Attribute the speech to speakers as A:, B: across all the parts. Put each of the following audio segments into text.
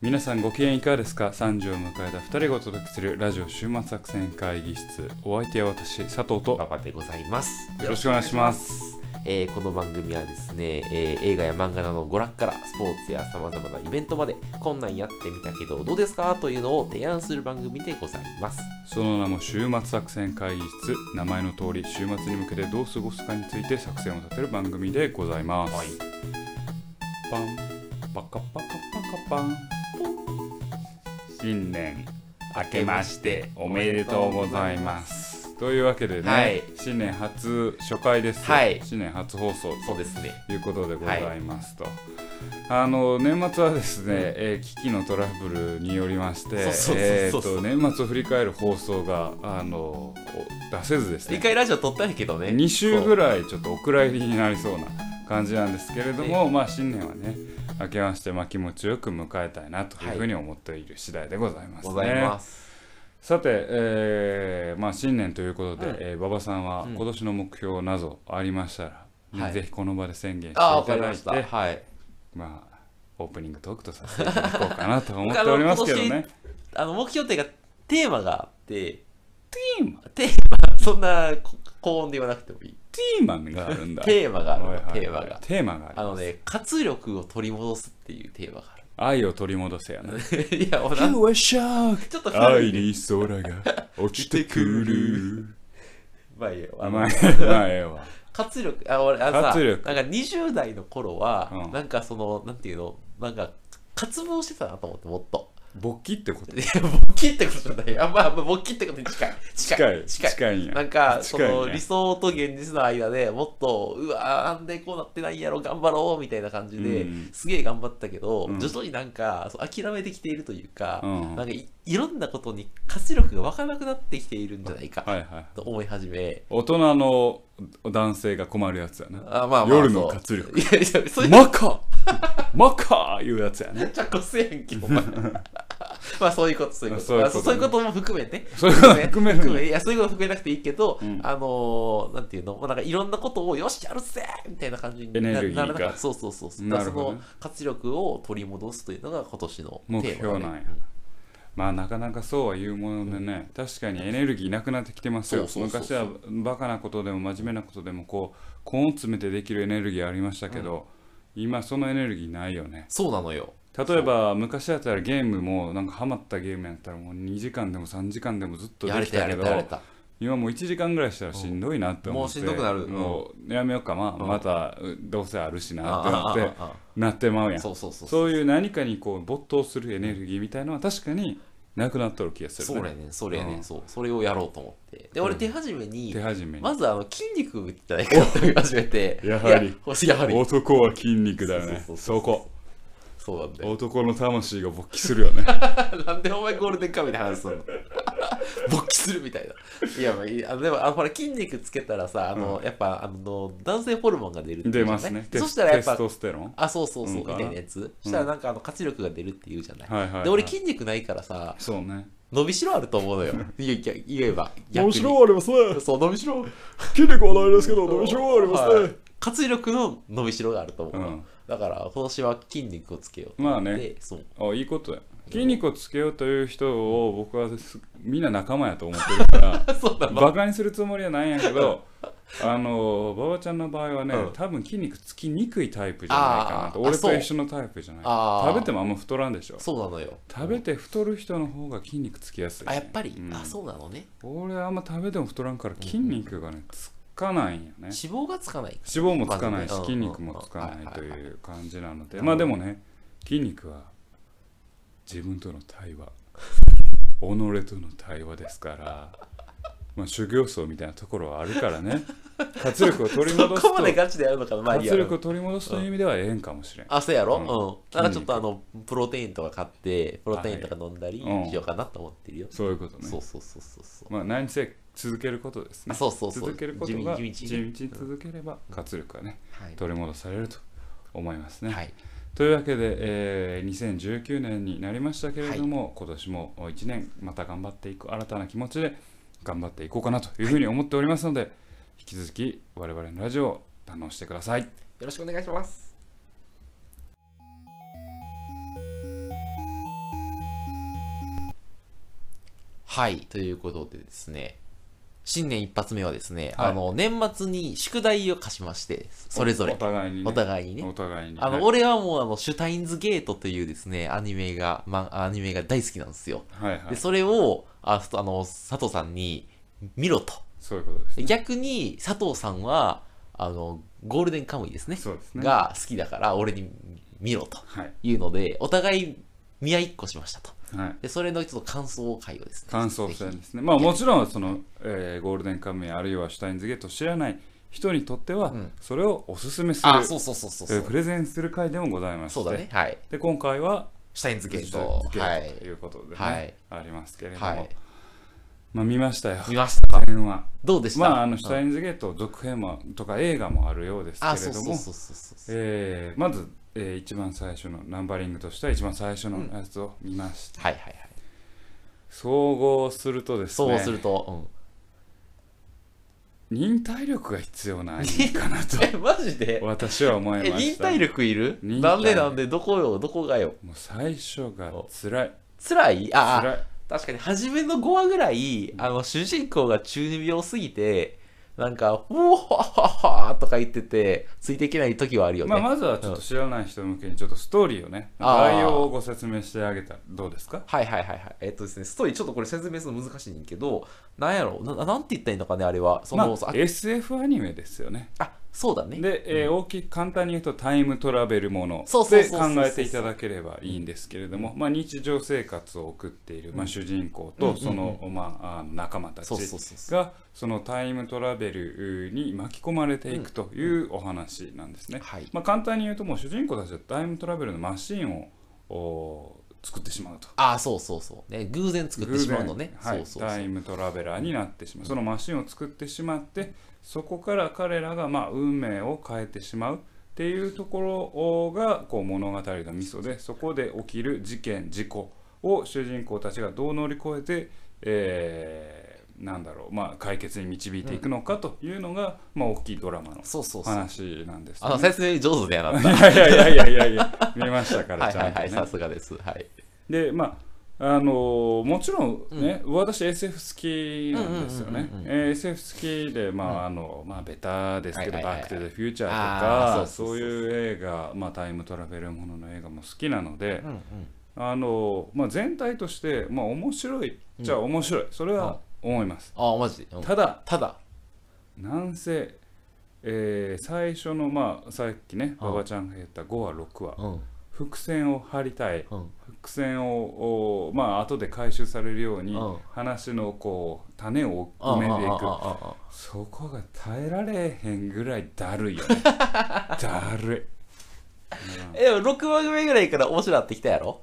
A: 皆さんご機嫌いかがですか ?30 を迎えた2人がお届けするラジオ週末作戦会議室お相手は私佐藤と
B: 馬場でございます。
A: よろしくお願いします
B: えーこの番組はですね、えー映画や漫画などの娯楽からスポーツやさまざまなイベントまでこんなんやってみたけどどうですかというのを提案する番組でございます。
A: その名も週末作戦会議室名前の通り週末に向けてどう過ごすかについて作戦を立てる番組でございます、
B: はい
A: パンパカパカパカパン新年明けましておめでとうございますというわけでね、
B: はい
A: 新年初初回です、
B: はい
A: 新年初放送
B: そうですね。
A: ということでございますと、あの年末はですね、えー機器のトラブルによりまして
B: そうそうそうそう
A: えーと年末を振り返る放送があの出せずです
B: 一
A: ね
B: 回ラジオ撮ったんやけどね。
A: 2週ぐ
B: い。
A: らいちょっとお蔵入りになりそうな感じなんですけれども、まあ新年はね明けましてまあ気持ちよく迎えたいなというふうに思っている次第でございます
B: ご
A: ね。
B: ざいます。
A: さて、えーまあ、新年ということで、
B: はい
A: えー馬場さんは
B: うん
A: 今年の目標などありましたら、
B: はい
A: ぜひこの場で宣言してい
B: ああ、わか
A: た
B: り
A: だ
B: ま
A: い
B: してた。はい。
A: まあ、オープニングトークとさせていただこうかなと思っておりますけど
B: 他の
A: ね。
B: あの、目標っていうか、テーマがあって、
A: テーマ
B: テーマ、そんなこ高音で言わなくてもいい。
A: テーマがあるんだ。
B: テーマがあるの
A: はいはいはい
B: テーマが
A: テーマがある
B: あのね、活力を取り戻すっていうテーマがある。
A: 愛を取り戻せやな。
B: いや、もうなん
A: You are shark!
B: ちょっと古
A: 愛
B: い。
A: に空が落ちてくる。
B: まあいいよ。あの
A: まあ、まあ、ええわ。
B: 活力、あ、俺、あのさ、
A: 活力
B: なんか20代の頃は、
A: うん
B: なんかその、なんていうの、なんか、渇望してたなと思って、もっと。
A: 勃起ってこと
B: いや、勃起ってことじゃない。あ、まあ、まあ勃起ってことに近い。
A: 近
B: 近
A: い
B: い。近い。
A: 近いんや
B: なんか、そ
A: 近いね
B: の、理想と現実の間でもっと、うわー、あんでこうなってないやろ、頑張ろう、みたいな感じで、
A: うん
B: すげえ頑張ったけど、
A: うん
B: 徐々になんか、そう諦めてきているというか、
A: うん
B: なんかい、いろんなことに活力が湧かなくなってきているんじゃないか。
A: はいはい。
B: と思い始め、
A: 大人の男性が困るやつやな。
B: あまあまあ
A: 夜の
B: そう
A: 活力
B: いやいやそういう
A: マカマカいうやつやね。
B: めっちゃこせやんけ お前まあそういうことそういうこと
A: そういうことね
B: まあそういうことも含めて
A: そういうこと含める
B: めいやそういうこと含めなくていいけど、
A: うん
B: あのー、なんていうの、まあ、なんかいろんなことをよしやるぜみたいな感じにな
A: エネルギーが
B: ならなかったそうそうそうそう
A: なるほどね
B: だからその活力を取り戻すというのが今年のテーマ、
A: 目標なんやまあなかなかそうは言うものでね、確かにエネルギーなくなってきてますよ
B: そうそうそうそう
A: 昔はバカなことでも真面目なことでもこう根を詰めてできるエネルギーありましたけど、今そのエネルギーないよね
B: そうなのよ
A: 例えば昔だったらゲームもなんかハマったゲームやったらもう2時間でも3時間でもずっと
B: や
A: で
B: れ
A: き
B: たや
A: たけ
B: れ
A: ど
B: たやれた
A: 今もう1時間ぐらいしたらしんどいなって思って
B: うんもうしんどくなるうん
A: もうやめようかまあ
B: うん
A: またうどうせあるしなって
B: ああ
A: なって
B: ああ
A: なってまう
B: ああ
A: やん
B: そうそうそう
A: そういう何かにこう没頭するエネルギーみたいのは確かになくなっとる気がする、ね、
B: そうやねんそれやねん、
A: うん
B: そうそれをやろうと思ってで俺
A: うん
B: 手始めに、
A: 手始めに、。
B: まずあの筋肉じゃないかって思い始めて
A: やはり
B: いや。ほしやはり。
A: 男は筋肉だよね
B: そうそうそうそう
A: そこ
B: そうなんだよ。
A: 男の魂が勃起する よね
B: なんでお前ゴールデンカムイで話すの 勃起するみたいな。いや、まあいい、あのでも、あのほら、筋肉つけたらさ、あの、やっぱ、あの、男性ホルモンが出るってい
A: 出
B: うじゃん
A: ますねテス
B: そしたらやっ
A: テス
B: ぱ、
A: トステロン
B: あ、そうそうそ
A: う
B: う、
A: ん
B: み
A: かな
B: たいなやつ。そしたらなんか、あの、活力が出るっていうじゃない。
A: はいはい、はい、
B: で、俺筋肉ないからさ、
A: そうね
B: 伸びしろあると思うのよ。いやいや言えば、
A: 面
B: に
A: 白いありますね
B: そう、伸びしろ。
A: 筋肉はないですけど面白いありますね、
B: はい活力の伸びしろがあると思うの。
A: うん
B: だから、今年は筋肉をつけようと
A: まあ
B: 思って。
A: ね
B: そう。
A: あいいことや筋肉をつけようという人を僕はすみんな仲間やと思ってるから
B: そうなの。
A: バカにするつもりはないんやけ どあの馬場ちゃんの場合はね、
B: うん
A: 多分筋肉つきにくいタイプじゃないかなと
B: あーあ
A: 俺
B: そ
A: と
B: う
A: 一緒のタイプじゃない
B: あー
A: 食べてもあんま太らんでしょ
B: そうなのよ。
A: 食べて太る人の方が筋肉つきやすい、
B: あ、やっぱり、
A: うん
B: あ、そうなのね。
A: 俺あんま食べても太らんから筋肉がねつかないんやね
B: 脂肪がつかない。
A: 脂肪もつかないし
B: まずね
A: 筋
B: うん
A: 肉もつか
B: うん
A: な
B: はいい
A: という感じなので
B: はい
A: まあでもね筋肉は自分との対 話己との対話ですから、まあ、修行僧みたいなところはあるからね活力を取り戻す
B: そ
A: と
B: こまでガチでやるのかな、まあいいや
A: 活力を取り戻すという意味ではええんかもしれん、
B: あ、そうやろ、
A: う
B: うんん、
A: 筋肉
B: なんかちょっとあの、プロテインとか買って、プロテインとか飲んだり
A: はいうん
B: しようかなと思ってるよ。
A: そういうことね
B: そうそうそうそうそう。
A: まあ何せ続けることですね
B: あそうそうそう
A: 続けることが
B: 地
A: 地道
B: 道地道に
A: に続ければ活力がね
B: はい。
A: 取り戻されると思いますね、
B: はい。
A: というわけで、えー2019年になりましたけれども、今年も1年また頑張っていく新たな気持ちで頑張っていこうかなというふうに思っておりますので、引き続き我々のラジオを堪能してください。
B: よろしくお願いします。はい。ということでですね、新年一発目はですね、
A: はい
B: あの、年末に宿題を課しまして、それぞ
A: お
B: れ、
A: 互いにね
B: お互いにね
A: お。互いに
B: あ
A: はい
B: の、俺はもう、あの、シュタインズゲートというですね、アニメが、ま、アニメが大好きなんですよ。
A: はいは
B: で、
A: い
B: それを、あ、あの、佐藤さんに、見ろと。
A: そういうことです
B: で
A: ね
B: 逆に、佐藤さんは、あの、ゴールデンカムイですね。
A: そうですね
B: が好きだから、俺に見ろと
A: はい
B: いうので、お互い、見合いっこしましたと。
A: はい
B: で、それのちょっと感想会をですね。
A: 感想
B: ぜ
A: 戦
B: ひ
A: ですね。まあもちろんその、えーゴールデンカムイあるいはシュタインズゲートを知らない人にとっては、
B: うん
A: それをおすすめする
B: あ、そうそうそうそうそ
A: えープ
B: う。
A: レゼンする回でもございまして
B: そうだね。はい。
A: で今回は
B: シュタインズゲー
A: シュタ
B: ト
A: イン。ズゲ
B: は
A: ート
B: い
A: と。いうことでね、
B: はい
A: ありますけれども、
B: はい。
A: まあ見ましたよ
B: 見ました。
A: 前編は
B: どうでした
A: まああのシュタインズゲート続編もとか映画もあるようですけ
B: あ、
A: れ
B: そう
A: ど
B: そう
A: も
B: そうそうそう。
A: えーまず、えー一番最初のナンバリングとしては一番最初の
B: うん
A: やつを見ました、
B: はいはいはい。
A: 総合するとですね
B: そうすると、
A: 忍耐力が必要なアニメかなと
B: うん。え、マジで
A: 私は思い
B: え、
A: ま
B: 忍
A: した
B: 耐力いる
A: 忍耐
B: なんでなんで、どこよ、どこがよ。
A: もう最初が辛い
B: 辛いあ
A: 辛い
B: あ、確かに初めの5話ぐらい、あの、主人公が中二病すぎて、なんか、うおはははとか言ってて、ついていけない時はあるよね。
A: まあ、まずはちょっと知らない人向けにちょっとストーリーをね
B: うんあー
A: 概要をご説明してあげたらどうですか
B: はいはいはいはい。えっとですね、ストーリーちょっとこれ説明するの難しいんけど、なんやろな、なんて言ったらいいのかね、あれは。そ
A: ま
B: の、
A: あ SF アニメですよね
B: あ、あそうだね。
A: で、えー大きく簡単に言うとタイムトラベルもの
B: そうそう
A: で
B: そう
A: 考
B: そう
A: えていただければいいんですけれども、まあ、日常生活を送っている、まあ、主人公
B: うんうん
A: と
B: うん
A: その、まあ、あの仲間たち
B: そうそうそうそ
A: がそのタイムトラベルに巻き込まれていくというお話なんですね。
B: はい。
A: まあ、簡単に言うともう主人公たちはタイムトラベルのマシンをおー作ってしまうと。
B: ああ、そうそうそう。ね、偶然作ってしまうのね。
A: 偶然はい
B: そうそうそ
A: タ
B: う。
A: イムトラベラーになってしまうそのマシンを作ってしまってそこから彼らがまあ運命を変えてしまうっていうところがこう物語のミソでそこで起きる事件事故を主人公たちがどう乗り越えて、えーなんだろうまあ解決に導いていくのかというのが、まあ、大きいドラマの
B: そうそうそう。
A: 話なんです、
B: あの、説明上手でやなった。
A: いやいやいやいやいやいや見ましたか
B: は
A: ら
B: い
A: ちゃ
B: は
A: ん
B: い
A: と
B: は
A: ね
B: い、。さすがです。はい。
A: でまああのーもちろんね、私 SF 好きなんですよね、
B: うんうんうんうん
A: えー SF 好きでまあ、あのまあベタですけど「
B: はいはいはい
A: バック・トゥ・ザ・フューチャー」と
B: あー
A: か
B: そ
A: そうう
B: そうそう
A: いう映画、まあ、タイムトラベルものの映画も好きなので、
B: うんうん。
A: あのーまあ、全体として、まあ、面白いじゃあ面白い、それは思います、
B: ああ、マジで。うん
A: ただ
B: ただ、
A: なんせ、えー最初のまあさっきね
B: うん
A: 馬場ちゃんが言った5話6話
B: うん。
A: 伏線を張りたい
B: うん。
A: 伏線をおまあ後で回収されるように
B: うん
A: 話のこう種を
B: ああ
A: 埋めてい
B: ああ
A: く
B: ああああ
A: そこが耐えられへんぐらいだるいよ ねだる
B: え、でも6話目ぐらいから面白なってきたやろ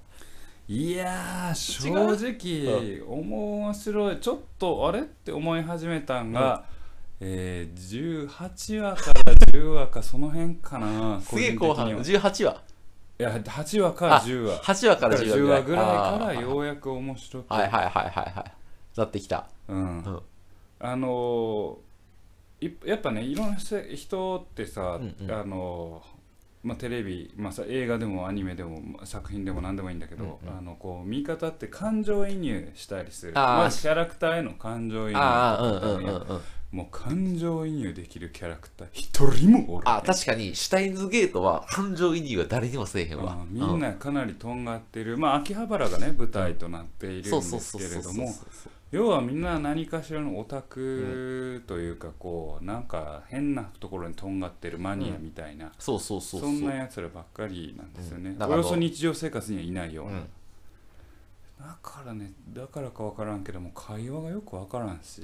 A: いいやー正
B: 違
A: 直面白いちょっとあれって思い始めたんが、えー、18話から10話かその辺かな
B: すげえ後半、
A: 個人的に
B: 18話。
A: はいや8話から10話
B: 8話から10
A: 10
B: 話
A: 話
B: ぐ
A: ぐ
B: らい。
A: らいか
B: あ
A: ら
B: あ
A: ようやく面白く
B: はいはいはいはいはい。なってきた。
A: うん
B: うん
A: あのーいやっぱねいろんなせ人ってさ、
B: うんうん
A: あのーまあ、テレビ、まあ、さ映画でもアニメでもまあ作品でも何でもいいんだけど、
B: うんうん
A: あのこう見方って感情移入したりする
B: あー
A: まずキャラクターへの感情移入
B: ああ、うんうんうんうん。
A: もう感情移入できるキャラクター一人もおら
B: あ、確かに、シュタインズゲートは感情移入は誰にもせえへんわ
A: あ。みん
B: う、
A: なかなりとんがってる、まあ、秋葉原がね舞台となっているん
B: そうそう
A: です
B: そう
A: け
B: そ
A: れ
B: うそ
A: ど
B: う
A: も要はみんな何かしらのオタクというかこうなんか変なところにとんがってるマニアみたいな、
B: そうそうそう
A: そ
B: そうん
A: なやつらばっかりなんですよね、
B: うんだか
A: お
B: ら
A: よそ日常生活にはいないよう
B: う
A: な、
B: ん
A: だからねだからか分からんけども会話がよく分からん しち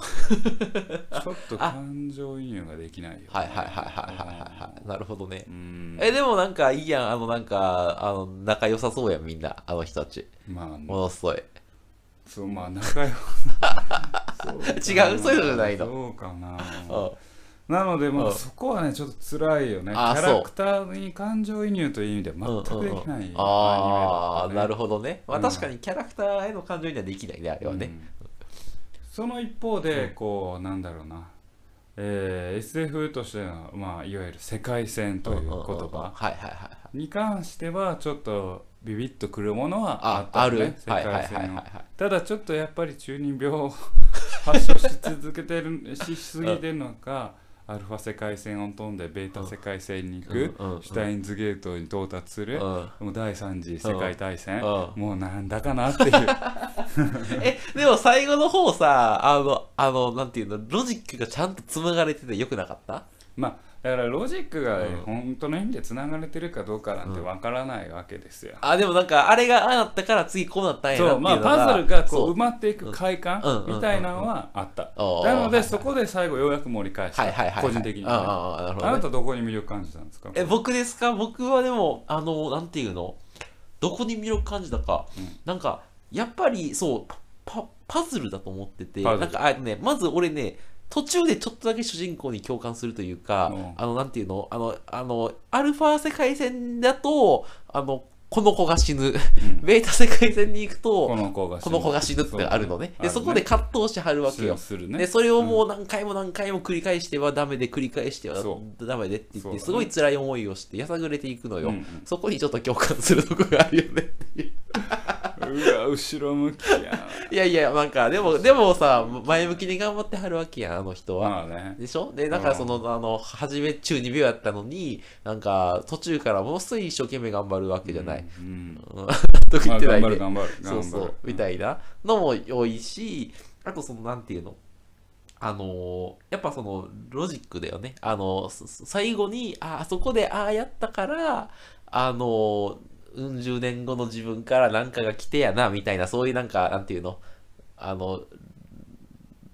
A: ょっと感情移入ができないよ、ね、
B: はいはいはいはいはいはいはいなるほどね
A: うん
B: えでもなんかいいやんあのなんかあの仲良さそうやんみんなあの人たち
A: まあ
B: ものすごい
A: そうまあ仲良く そか
B: 違うそういうのじゃないの
A: そうかな
B: うん
A: なので、ま
B: う
A: あ、
B: ん
A: そこはね、ちょっと辛いよね。キ
B: あー
A: ャラクターに感情移入という意味では全くできないアニメだったね、
B: ああなる
A: ほ
B: ほどねまあ
A: うん
B: 確かにキャラクターへの感情にはできないねあれはね
A: その一方で、こう、なんだろうな、えー SF としての、まあ、いわゆる世界線という言
B: うんうんうんうん
A: 葉
B: はいはいはいはい
A: に関しては、ちょっと、ビビッとくるものはあ
B: あ
A: っ、た
B: あ
A: んで
B: る。
A: す
B: はい
A: ね世
B: はいはい
A: 界
B: はい
A: 線
B: は
A: の
B: い。
A: ただちょっとやっぱり中二病を発症し続けてるしすぎてるのかアルファ世界線を飛んでベータ世界線に行く
B: うんうんうん
A: シュタインズゲートに到達する
B: うん
A: もう第3次世界大戦
B: う
A: もうなんだかなっていう
B: え、でも最後の方さ、あの、あの、なんていうの、ロジックがちゃんと紡がれててよくなかった
A: まあだからロジックがね
B: うん
A: 本当の意味でつながれてるかどうかなんてわからないわけですよ。
B: あ、でもなんか、あれがああなったから次こうなったんやなって
A: そ
B: いううの
A: まあパズルがこ
B: そう
A: 埋まっていく快感
B: うんうんうん
A: みたいなのはあった
B: うんうん
A: なの
B: はいはい
A: でそこで最後ようやく盛り返し
B: はいはいはいは
A: た個
B: い。
A: 人的に
B: ああ
A: はね
B: ああ、なるほど、
A: あ
B: ね。
A: なたどこに魅力感じたんですか
B: え、僕ですか僕はでも、あの、なんていうのどこに魅力感じたか、
A: うん
B: なんか、やっぱり、そう、パパパズルだと思ってて、
A: パズ
B: なん
A: ル
B: か、あのね、まず俺ね、途中でちょっとだけ主人公に共感するというか、
A: うん
B: あの、なんていうのあの、あの、アルファ世界線だと、あの、この子が死ぬ。
A: ん
B: ベータ世界線に行くと、
A: この子が死
B: こ
A: ぬ
B: の子が死ぬってのがあるのね。
A: そう
B: で、そこで葛藤してはるわけ
A: す
B: よ。
A: する
B: で
A: ね
B: それをもう何回も何回も繰り返してはダメで繰り返しては
A: そ
B: ダメでって言っ
A: そう
B: て
A: だね
B: すごい辛い思いをしてやさぐれていくのよ、
A: うんうん
B: そこにちょっと共感するとこがあるよね
A: うわ後ろ向きや
B: いやいやなんかでもでもさ前向きに頑張ってはるわけやんあの人は、
A: まあね
B: でしょでだからその、あの初め中二病やったのになんか途中からものすごい一生懸命頑張るわけじゃない、
A: うんうん
B: と
A: ま
B: か言
A: あ
B: ってな
A: 頑
B: いで
A: 張る頑張る頑張る
B: そうそう、みたいなのも良いし、あとその、なんていうのあのーやっぱその、ロジックだよね。あのーそそ最後に、あ、あそこで、ああやったから、あのーうん十年後の自分からなんかが来てやな、みたいな、そういうなんか、なんていうのあの、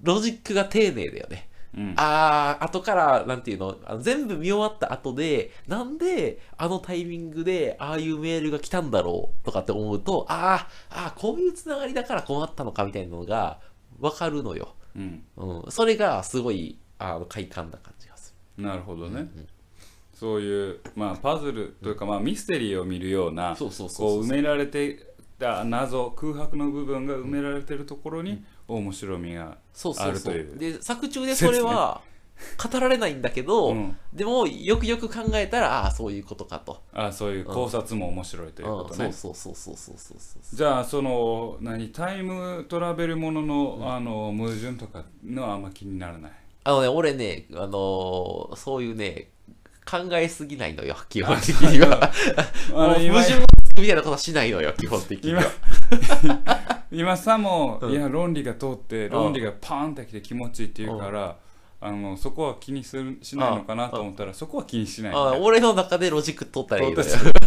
B: ロジックが丁寧だよね。
A: うん
B: ああ、後から、なんていうの、あの全部見終わった後で、なんで、あのタイミングで、ああいうメールが来たんだろうとかって思うと、あーあー、こういうつながりだから困ったのかみたいなのが、わかるのよ。
A: うん
B: うん。それが、すごい、あの、快感な感じがす
A: なるほどねそういうまあパズルというかまあミステリーを見るような
B: る。そうそうそ
A: こ
B: う
A: う
B: そう。
A: 埋められてた謎空白の部分が埋められてるところに面白みが
B: そうそ
A: あ
B: う
A: る
B: そ
A: と
B: う
A: いう
B: で、作中でそれは、語られないんだけ
A: う
B: ど、
A: ん
B: でも、よくよく考えたら、ああー、そういうことかと。
A: あそういう考察も面白いということ
B: うん
A: ね
B: そうそうそうそうそうそうそう。
A: じゃあその何タイムトラベルもののあの矛盾とかのはあんま気にならない
B: あのね、俺ね、あのーそういうね、考えすぎないのよ、基本的
A: あ
B: には。もう
A: あの
B: 矛
A: 今
B: 盾をみたいなことはしないのよ、基本的に
A: 今
B: は。
A: 今さも、
B: うん
A: いや論理が通って
B: ん
A: 論理がパーンってきて気持ちいいっていうから、あのそこは気にするしないのかなと思ったらそこは気にしないん
B: あ
A: だ
B: 俺の中でロジック取ったらいいのよ。
A: 通った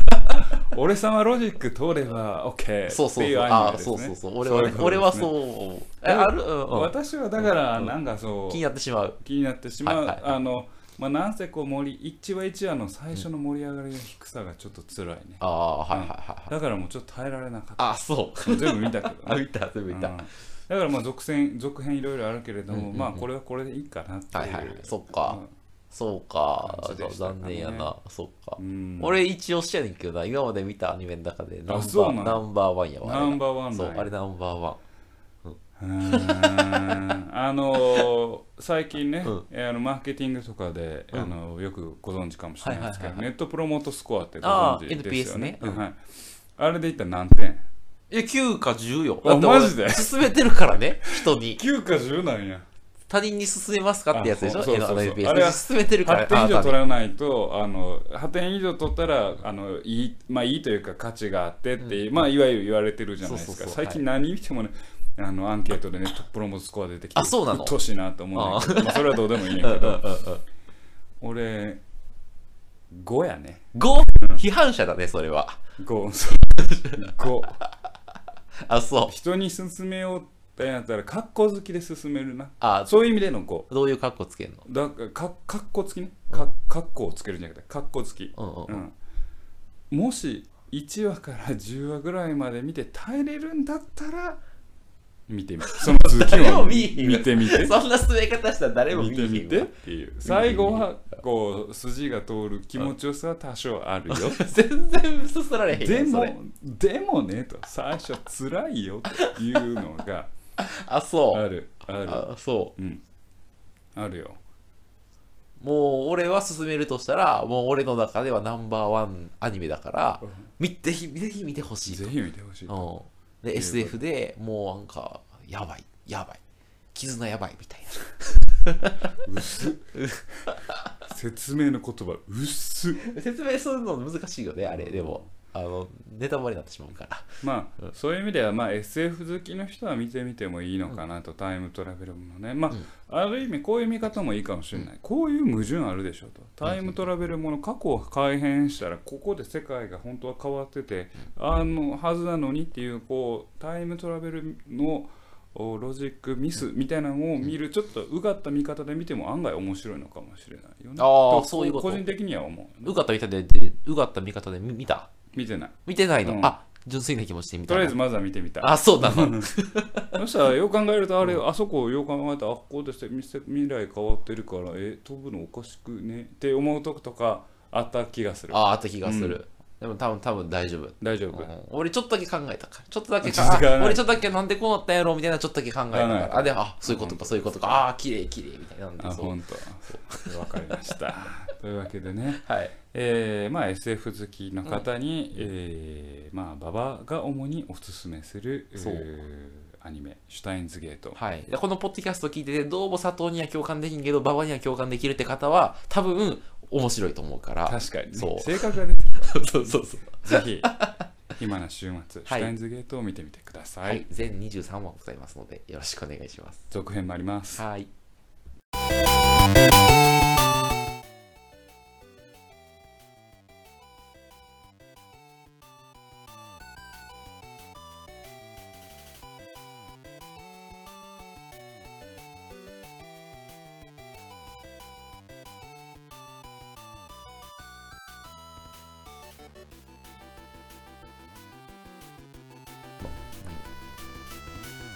A: 俺様ロジック通れば OK
B: そうそう
A: ってい
B: そ。
A: ううアニメ
B: あ
A: ですね
B: そうそうそう。俺はね、
A: そうい
B: 俺
A: うこと
B: は
A: です
B: そ
A: ね
B: う思う。え、ある、うんうん、
A: 私はだから
B: うん
A: なんかそう、
B: 気になってしまう。
A: 気になってしまう、
B: はいはい
A: あのまあなんせこう森一話一話の最初の盛り上がりの低さがちょっと辛いね、
B: ああ、はいはいはいはい。
A: だからもうちょっと耐えられなかっ
B: あそう。
A: たもう全部見たけど
B: あ、見た、全 部見た。
A: うん
B: は
A: だからまあ続編続編いろいろあるけれども、
B: うんうんうん
A: まあこれはこれでいいかなっていう、
B: いはいはい。そっか。そうか
A: 感。じでしたかね
B: 残念やな。そっか。
A: うん、
B: 俺一押しやねんけどな、今まで見たアニメの中でナンバ
A: そうな
B: ー
A: の
B: ナンバーワンやわ。あれ
A: ナ
B: が
A: ンバーワン
B: そう
A: なん、や
B: あれナンバーワン。
A: うーんあのー最近ね、
B: うん
A: えーあのマーケティングとかで、
B: うん
A: あのよくご存知かもしれないですけど、
B: はいはいはい
A: ネットプロモートスコアってご
B: あ
A: 存
B: ー
A: 知ですよね
B: NPS ねうん
A: はい、あれでいったら何点
B: いや、9か10よ。
A: あ
B: だって俺
A: マジで
B: 勧めてるから ね、人に。
A: 9か10なんや
B: 他人に勧めますかってやつでしょ
A: あそうそうそうそう
B: NPS
A: あれは
B: 勧めてるか
A: 8
B: ら
A: 点以上取
B: あ
A: らないとあの8点以上取ったらあのいい,、まあ、いいというか価値があってっていう、まあ、いわゆる言われてるじゃないですか
B: そうそうそう
A: 最近何見てもね、あのアンケートでねトッププロモートスコア出てきて
B: あそうなの
A: うっとうしいなと思うんだけどまあ、それはどうでもいいん
B: うんう
A: や
B: んう
A: け
B: んう
A: ど
B: ん
A: 俺5やね
B: 5? 批判者だね、それは。
A: 5五
B: あ、そう。
A: 人に勧めようってやったら格好好きで勧めるな
B: あ、
A: そういう意味での5
B: どういう格好つけんの
A: だか格好つきねか格好をつけるんじゃなくて格好つき
B: うん
A: う
B: うん。
A: ん、もし1話から10話ぐらいまで見て耐えれるんだったら見 てみてその続き
B: 誰も
A: を
B: 見いひんわ
A: 見てみ て
B: そんな進め方したら誰も
A: 見
B: 見
A: て
B: え
A: み
B: へん
A: てっ
B: わ。
A: ていう最後はこう筋が通る気持ちよさは多少ある よ
B: 全然すすられへんや
A: で
B: んそ
A: も
B: れ
A: でもねと最初辛いよっていうのが
B: あ、
A: あ
B: そう。
A: るある
B: あ、そう。
A: うんあるよ
B: もう俺は進めるとしたらもう俺の中ではナンバーワンアニメだから見てひぜひ見てほしいと
A: ぜひ見てほしい。
B: うん、で SF でもうなんかやばいやばい絆やばいみたいな
A: 薄っ説明の言葉、薄っ
B: 説明するの難しいよねあれでもあのネタバレになってしまうから
A: まあ、そういう意味では、まあ、SF 好きの人は見てみてもいいのかなと、タイムトラベルもね、まあ、ある意味こういう見方もいいかもしれない、こういう矛盾あるでしょとタイムトラベルもの過去を改変したらここで世界が本当は変わってて、あのはずなのにっていうこうタイムトラベルのおロジックミスみたいなのを見る、ちょっとうがった見方で見ても案外面白いのかもしれないよね。
B: あー
A: と
B: そういうこと
A: 個人的には思う。
B: うがった見方ででうがった見方で見見た
A: 見てない。
B: 見てないの、
A: うん
B: あ純粋な気持ちで見た
A: とりあえずまずは見てみたい。
B: あそうなの
A: そしたらよう考えるとあれ、あそこをよう考えたらあここでせ未来変わってるからえ飛ぶのおかしくねって思うとことかあった気がする
B: ああった気がする、でも多分多分大丈夫
A: 大丈夫、
B: うん俺ちょっとだけ考えたからちょっとだけ
A: ちょっとだけ考え
B: あ俺ちょっとだけなんでこうなったんやろみたいなちょっとだけ考えたか
A: 考え
B: ら
A: た
B: あであそういうことかそういうことかああー綺麗綺麗みたいなんで
A: あ
B: そう
A: 本当わかりました というわけでね、
B: はい
A: えーまあ、SF 好きの方に、えーまあ、馬場が主におすすめする
B: そう
A: ーアニメ「シュタインズゲート」
B: はい、でこのポッドキャスト聞いててどうも佐藤には共感できんけど馬場には共感できるって方は多分面白いと思うから
A: 確かに、
B: そう
A: ね、性格が出てるか
B: そうそうそう
A: らぜ ひ今の週末、
B: はい
A: シュタインズゲートを見てみてくださ、
B: はいい、全23話ございますのでよろしくお願いします
A: 続編もあります
B: はい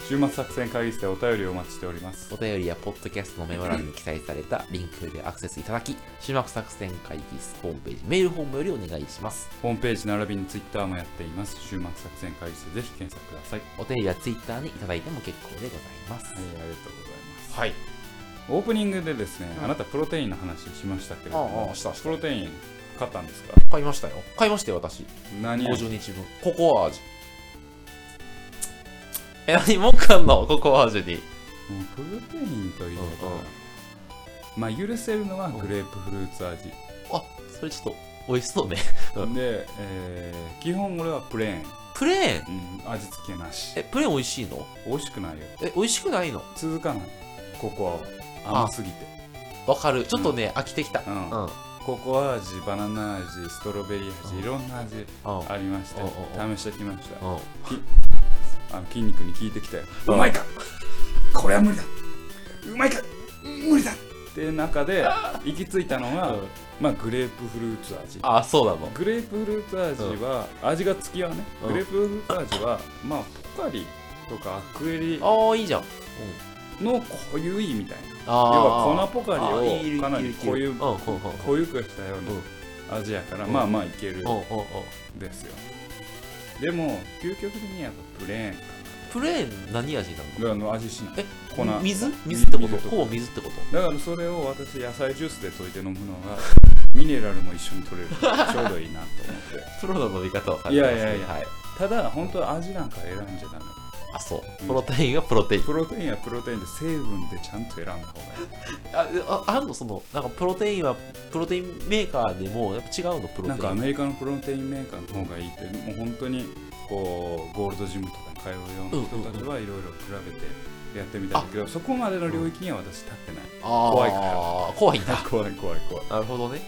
A: 週末作戦会議室でお便りをお待ちしております
B: お便りやポッドキャストのメモ欄に記載された リンクでアクセスいただき「終幕作戦会議室」ホームページメールフォームよりお願いします
A: ホームページ並びにツイッターもやっています週末作戦会議室でぜひ検索ください、
B: お便りは Twitter にいただいても結構でございます
A: えーありがとうございます
B: はい
A: オープニングでですね、
B: うん
A: あなたプロテインの話しましたけれども
B: ああああしたした
A: プロテイン買ったんですか
B: 買いましたよ買いましたよ私
A: 何を
B: 50日分ココア味え何もうかんのココア味に
A: もうプロテインというか、
B: うんうん
A: まあ許せるのはグレープフルーツ味、
B: あそれちょっと美味しそうね うん
A: で、えー基本俺はプレーン、
B: プレーン
A: うん味付けなし
B: えプレーン美味しいの
A: 美味しくないよ
B: え美味しくないの
A: 続かないココアは甘すぎて
B: わかるちょっとね、飽きてきたう
A: うん
B: んうん
A: ココア味バナナ味ストロベリー味いろんな味
B: うん
A: ありまして
B: おう
A: 試してきました
B: うん
A: あの筋肉に効いてきたよ
B: う
A: うんまいかこれは無理だうまいか無理だって中 で行き着いたのが、まあ、グレープフルーツ味
B: あそうなの
A: グレープフルーツ味は、味が付きはね
B: うん
A: グレープフルーツ味はまあポカリとかアクエリ
B: ああいいじゃん、うん、
A: の濃ゆいみたいな
B: ああ
A: 要は粉ポカ
B: あーい
A: リ
B: い
A: をかなり濃ゆ
B: うんうんうんうん
A: 濃ゆくしたような味やから、
B: うん
A: まあまあいける
B: うんうんうん
A: ですよでも究極的にやっぱプレーン
B: プレーン何味なの
A: あの味しない
B: え
A: 粉
B: 水水ってこと
A: 水と
B: ほぼ水ってこ
A: だからそれを私野菜ジュースで溶いて飲むのがミネラルも一緒に取れるからちょうどいいなと 思って
B: とプロの飲み方をされてます
A: い
B: ね
A: やいやいや
B: はい、
A: ただ本当は味なんか選んじゃダメ
B: あそうプロテインがプロテイン
A: プロテインはプロテインで成分でちゃんと選んだ方がい
B: あああんのそのなんかプロテインはプロテインメーカーでもやっぱ違うの
A: い
B: プロテイ
A: な
B: ン
A: んかアメリカのプロテインメーカーの方がいいってもう本当にこうゴールドジムとかに通うような人たちはいろいろ比べてやってみたんだけどそこまでの領域には私立ってない
B: あー
A: 怖いから
B: 怖いんだ
A: 怖い怖い怖い
B: なるほどね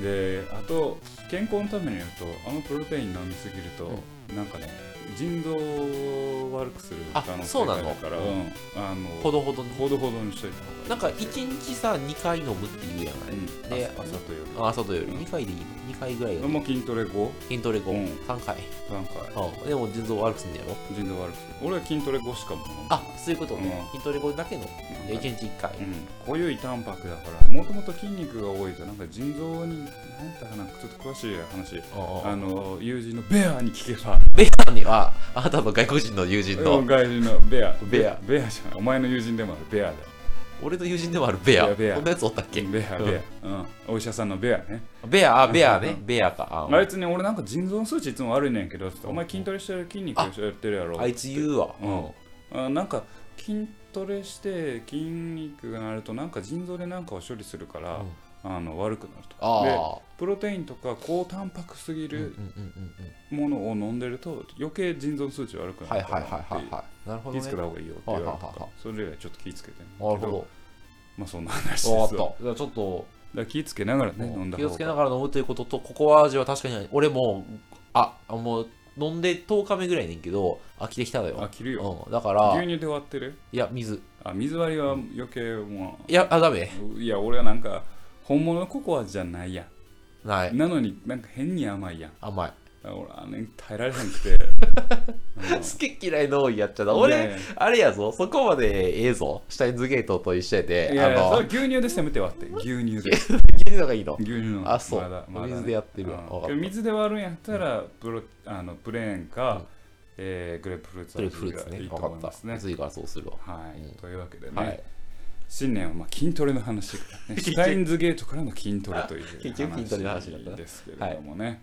A: であと健康のために言うとあのプロテイン飲みすぎると、なんかね腎臓を悪くする
B: あ
A: 可能性
B: そうな
A: が
B: の
A: あるから
B: う
A: うんんあの
B: ほ
A: ほ
B: どほどに
A: どほどにしといた方がいい
B: なんか一日さ2回飲むっていうやんあれ
A: うん
B: で
A: 朝朝と夜
B: あ朝と夜2回でいいの2回ぐらいが
A: もう筋トレ5
B: 筋トレ後、
A: うん
B: 3回
A: なんか
B: あでも腎臓悪くすんねやろ
A: 腎臓悪くする俺は筋トレ5しかもう飲んでない
B: あそういうことね、
A: うん
B: 筋トレ後だけの
A: なんか
B: 1日1回、
A: うん、濃ゆいタンパクだからもともと筋肉が多いとなんか腎臓になんだかなちょっと詳しい話
B: あ
A: あ
B: の
A: の友人のベアに聞けば
B: ベアにはあなたの外国人の友人
A: う
B: の
A: ん外人のベア
B: ベア
A: ベアじゃないお前の友人でもあるベアだよ
B: 俺の友人でもあるベア。
A: ベアベア
B: こんなやつおったっけ
A: ベア、
B: うん
A: ベア、うん。お医者さんのベアね。
B: ベア、あ、ベア
A: うん
B: ね
A: う。
B: ベアか。あ
A: あいつね、俺なんか腎臓の数値いつも悪いねんけど、つってお前筋トレしてる筋肉
B: あ
A: やってるやろ。
B: あいつ言うわ。
A: うんあなんか筋トレして筋肉がなるとなんか腎臓で何かを処理するから、
B: うん
A: あの悪くなると
B: ああ。うん
A: でプロテインとか高タンパクすぎ
B: うんうん
A: る
B: うん
A: ものを飲んでると余計腎臓の数値悪く
B: うん。
A: な
B: はい
A: る
B: は
A: か
B: い
A: ら
B: はいはいはい。なるほ
A: 気ぃ
B: どね。な
A: つけ
B: る
A: た方がいいよって言われると
B: はいはいはい
A: か
B: はい
A: それ以外ちょっと気ぃつけてね
B: ほ
A: け
B: ど。
A: まあそんな話です
B: わ
A: わ
B: か
A: だ
B: っ
A: か
B: た。じゃあちょっと、
A: ら気ぃつけながらね飲んだ
B: 気
A: 方
B: をつけな
A: が
B: がら飲むということと、ココア味は確かに、俺も、あ、もう、飲んで10日目ぐらいねんけど、飽きてきたのよ
A: あ。切るよ
B: うん。だか
A: 牛
B: ら、
A: 乳で終わってる
B: いや、水。
A: あ水割りは余計も
B: いや、あ、ダメ。
A: ういや俺はなんか本物のココアじゃないやん
B: ない。
A: なのになんか変に甘いやん
B: 甘い。
A: あ俺あれ耐えられへんくて
B: 好き嫌いの多いやっちゃった。
A: うんいやい
B: 俺
A: や、
B: あれやぞ、そこまでええぞ。シュタインズゲートと一緒やで。
A: いやいや
B: あ
A: そ
B: の
A: れ、牛乳でせめて割って牛乳で
B: 切るのがいいの。
A: 牛乳の
B: あ、そう。
A: まだまだね
B: 水でやってるわ。
A: うん
B: わか
A: けど
B: っ
A: 水で割るんやったらプロあのプレーンか、
B: うん
A: えーグレープフルー
B: た
A: ツ
B: トリプフルーツ
A: がい
B: ね。
A: いと
B: わか
A: 思い
B: っ
A: ま
B: た
A: す。ね
B: 次からそうするわ。
A: はい、
B: うん
A: というわけでね、
B: はい。
A: 新年はまあ筋トレの話から ねシュタインズゲートからの筋トレという
B: 結局筋トレの話だったな
A: ですけれどもね、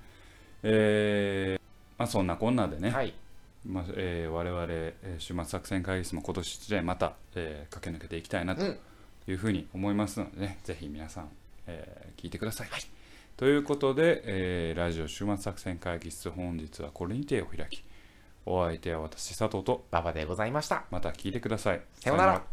A: えーまあ、そんなこんなでね、
B: はい。
A: まあえー我々、えー週末作戦会議室も今年一年また、えー駆け抜けていきたいなと
B: うん
A: いうふうに思いますのでね、ぜひ皆さん、えー聞いてください。ということで、えーラジオ週末作戦会議室本日はこれにてお開きお相手は私佐藤と
B: ババでございました。
A: また聞いてください。
B: さようなら。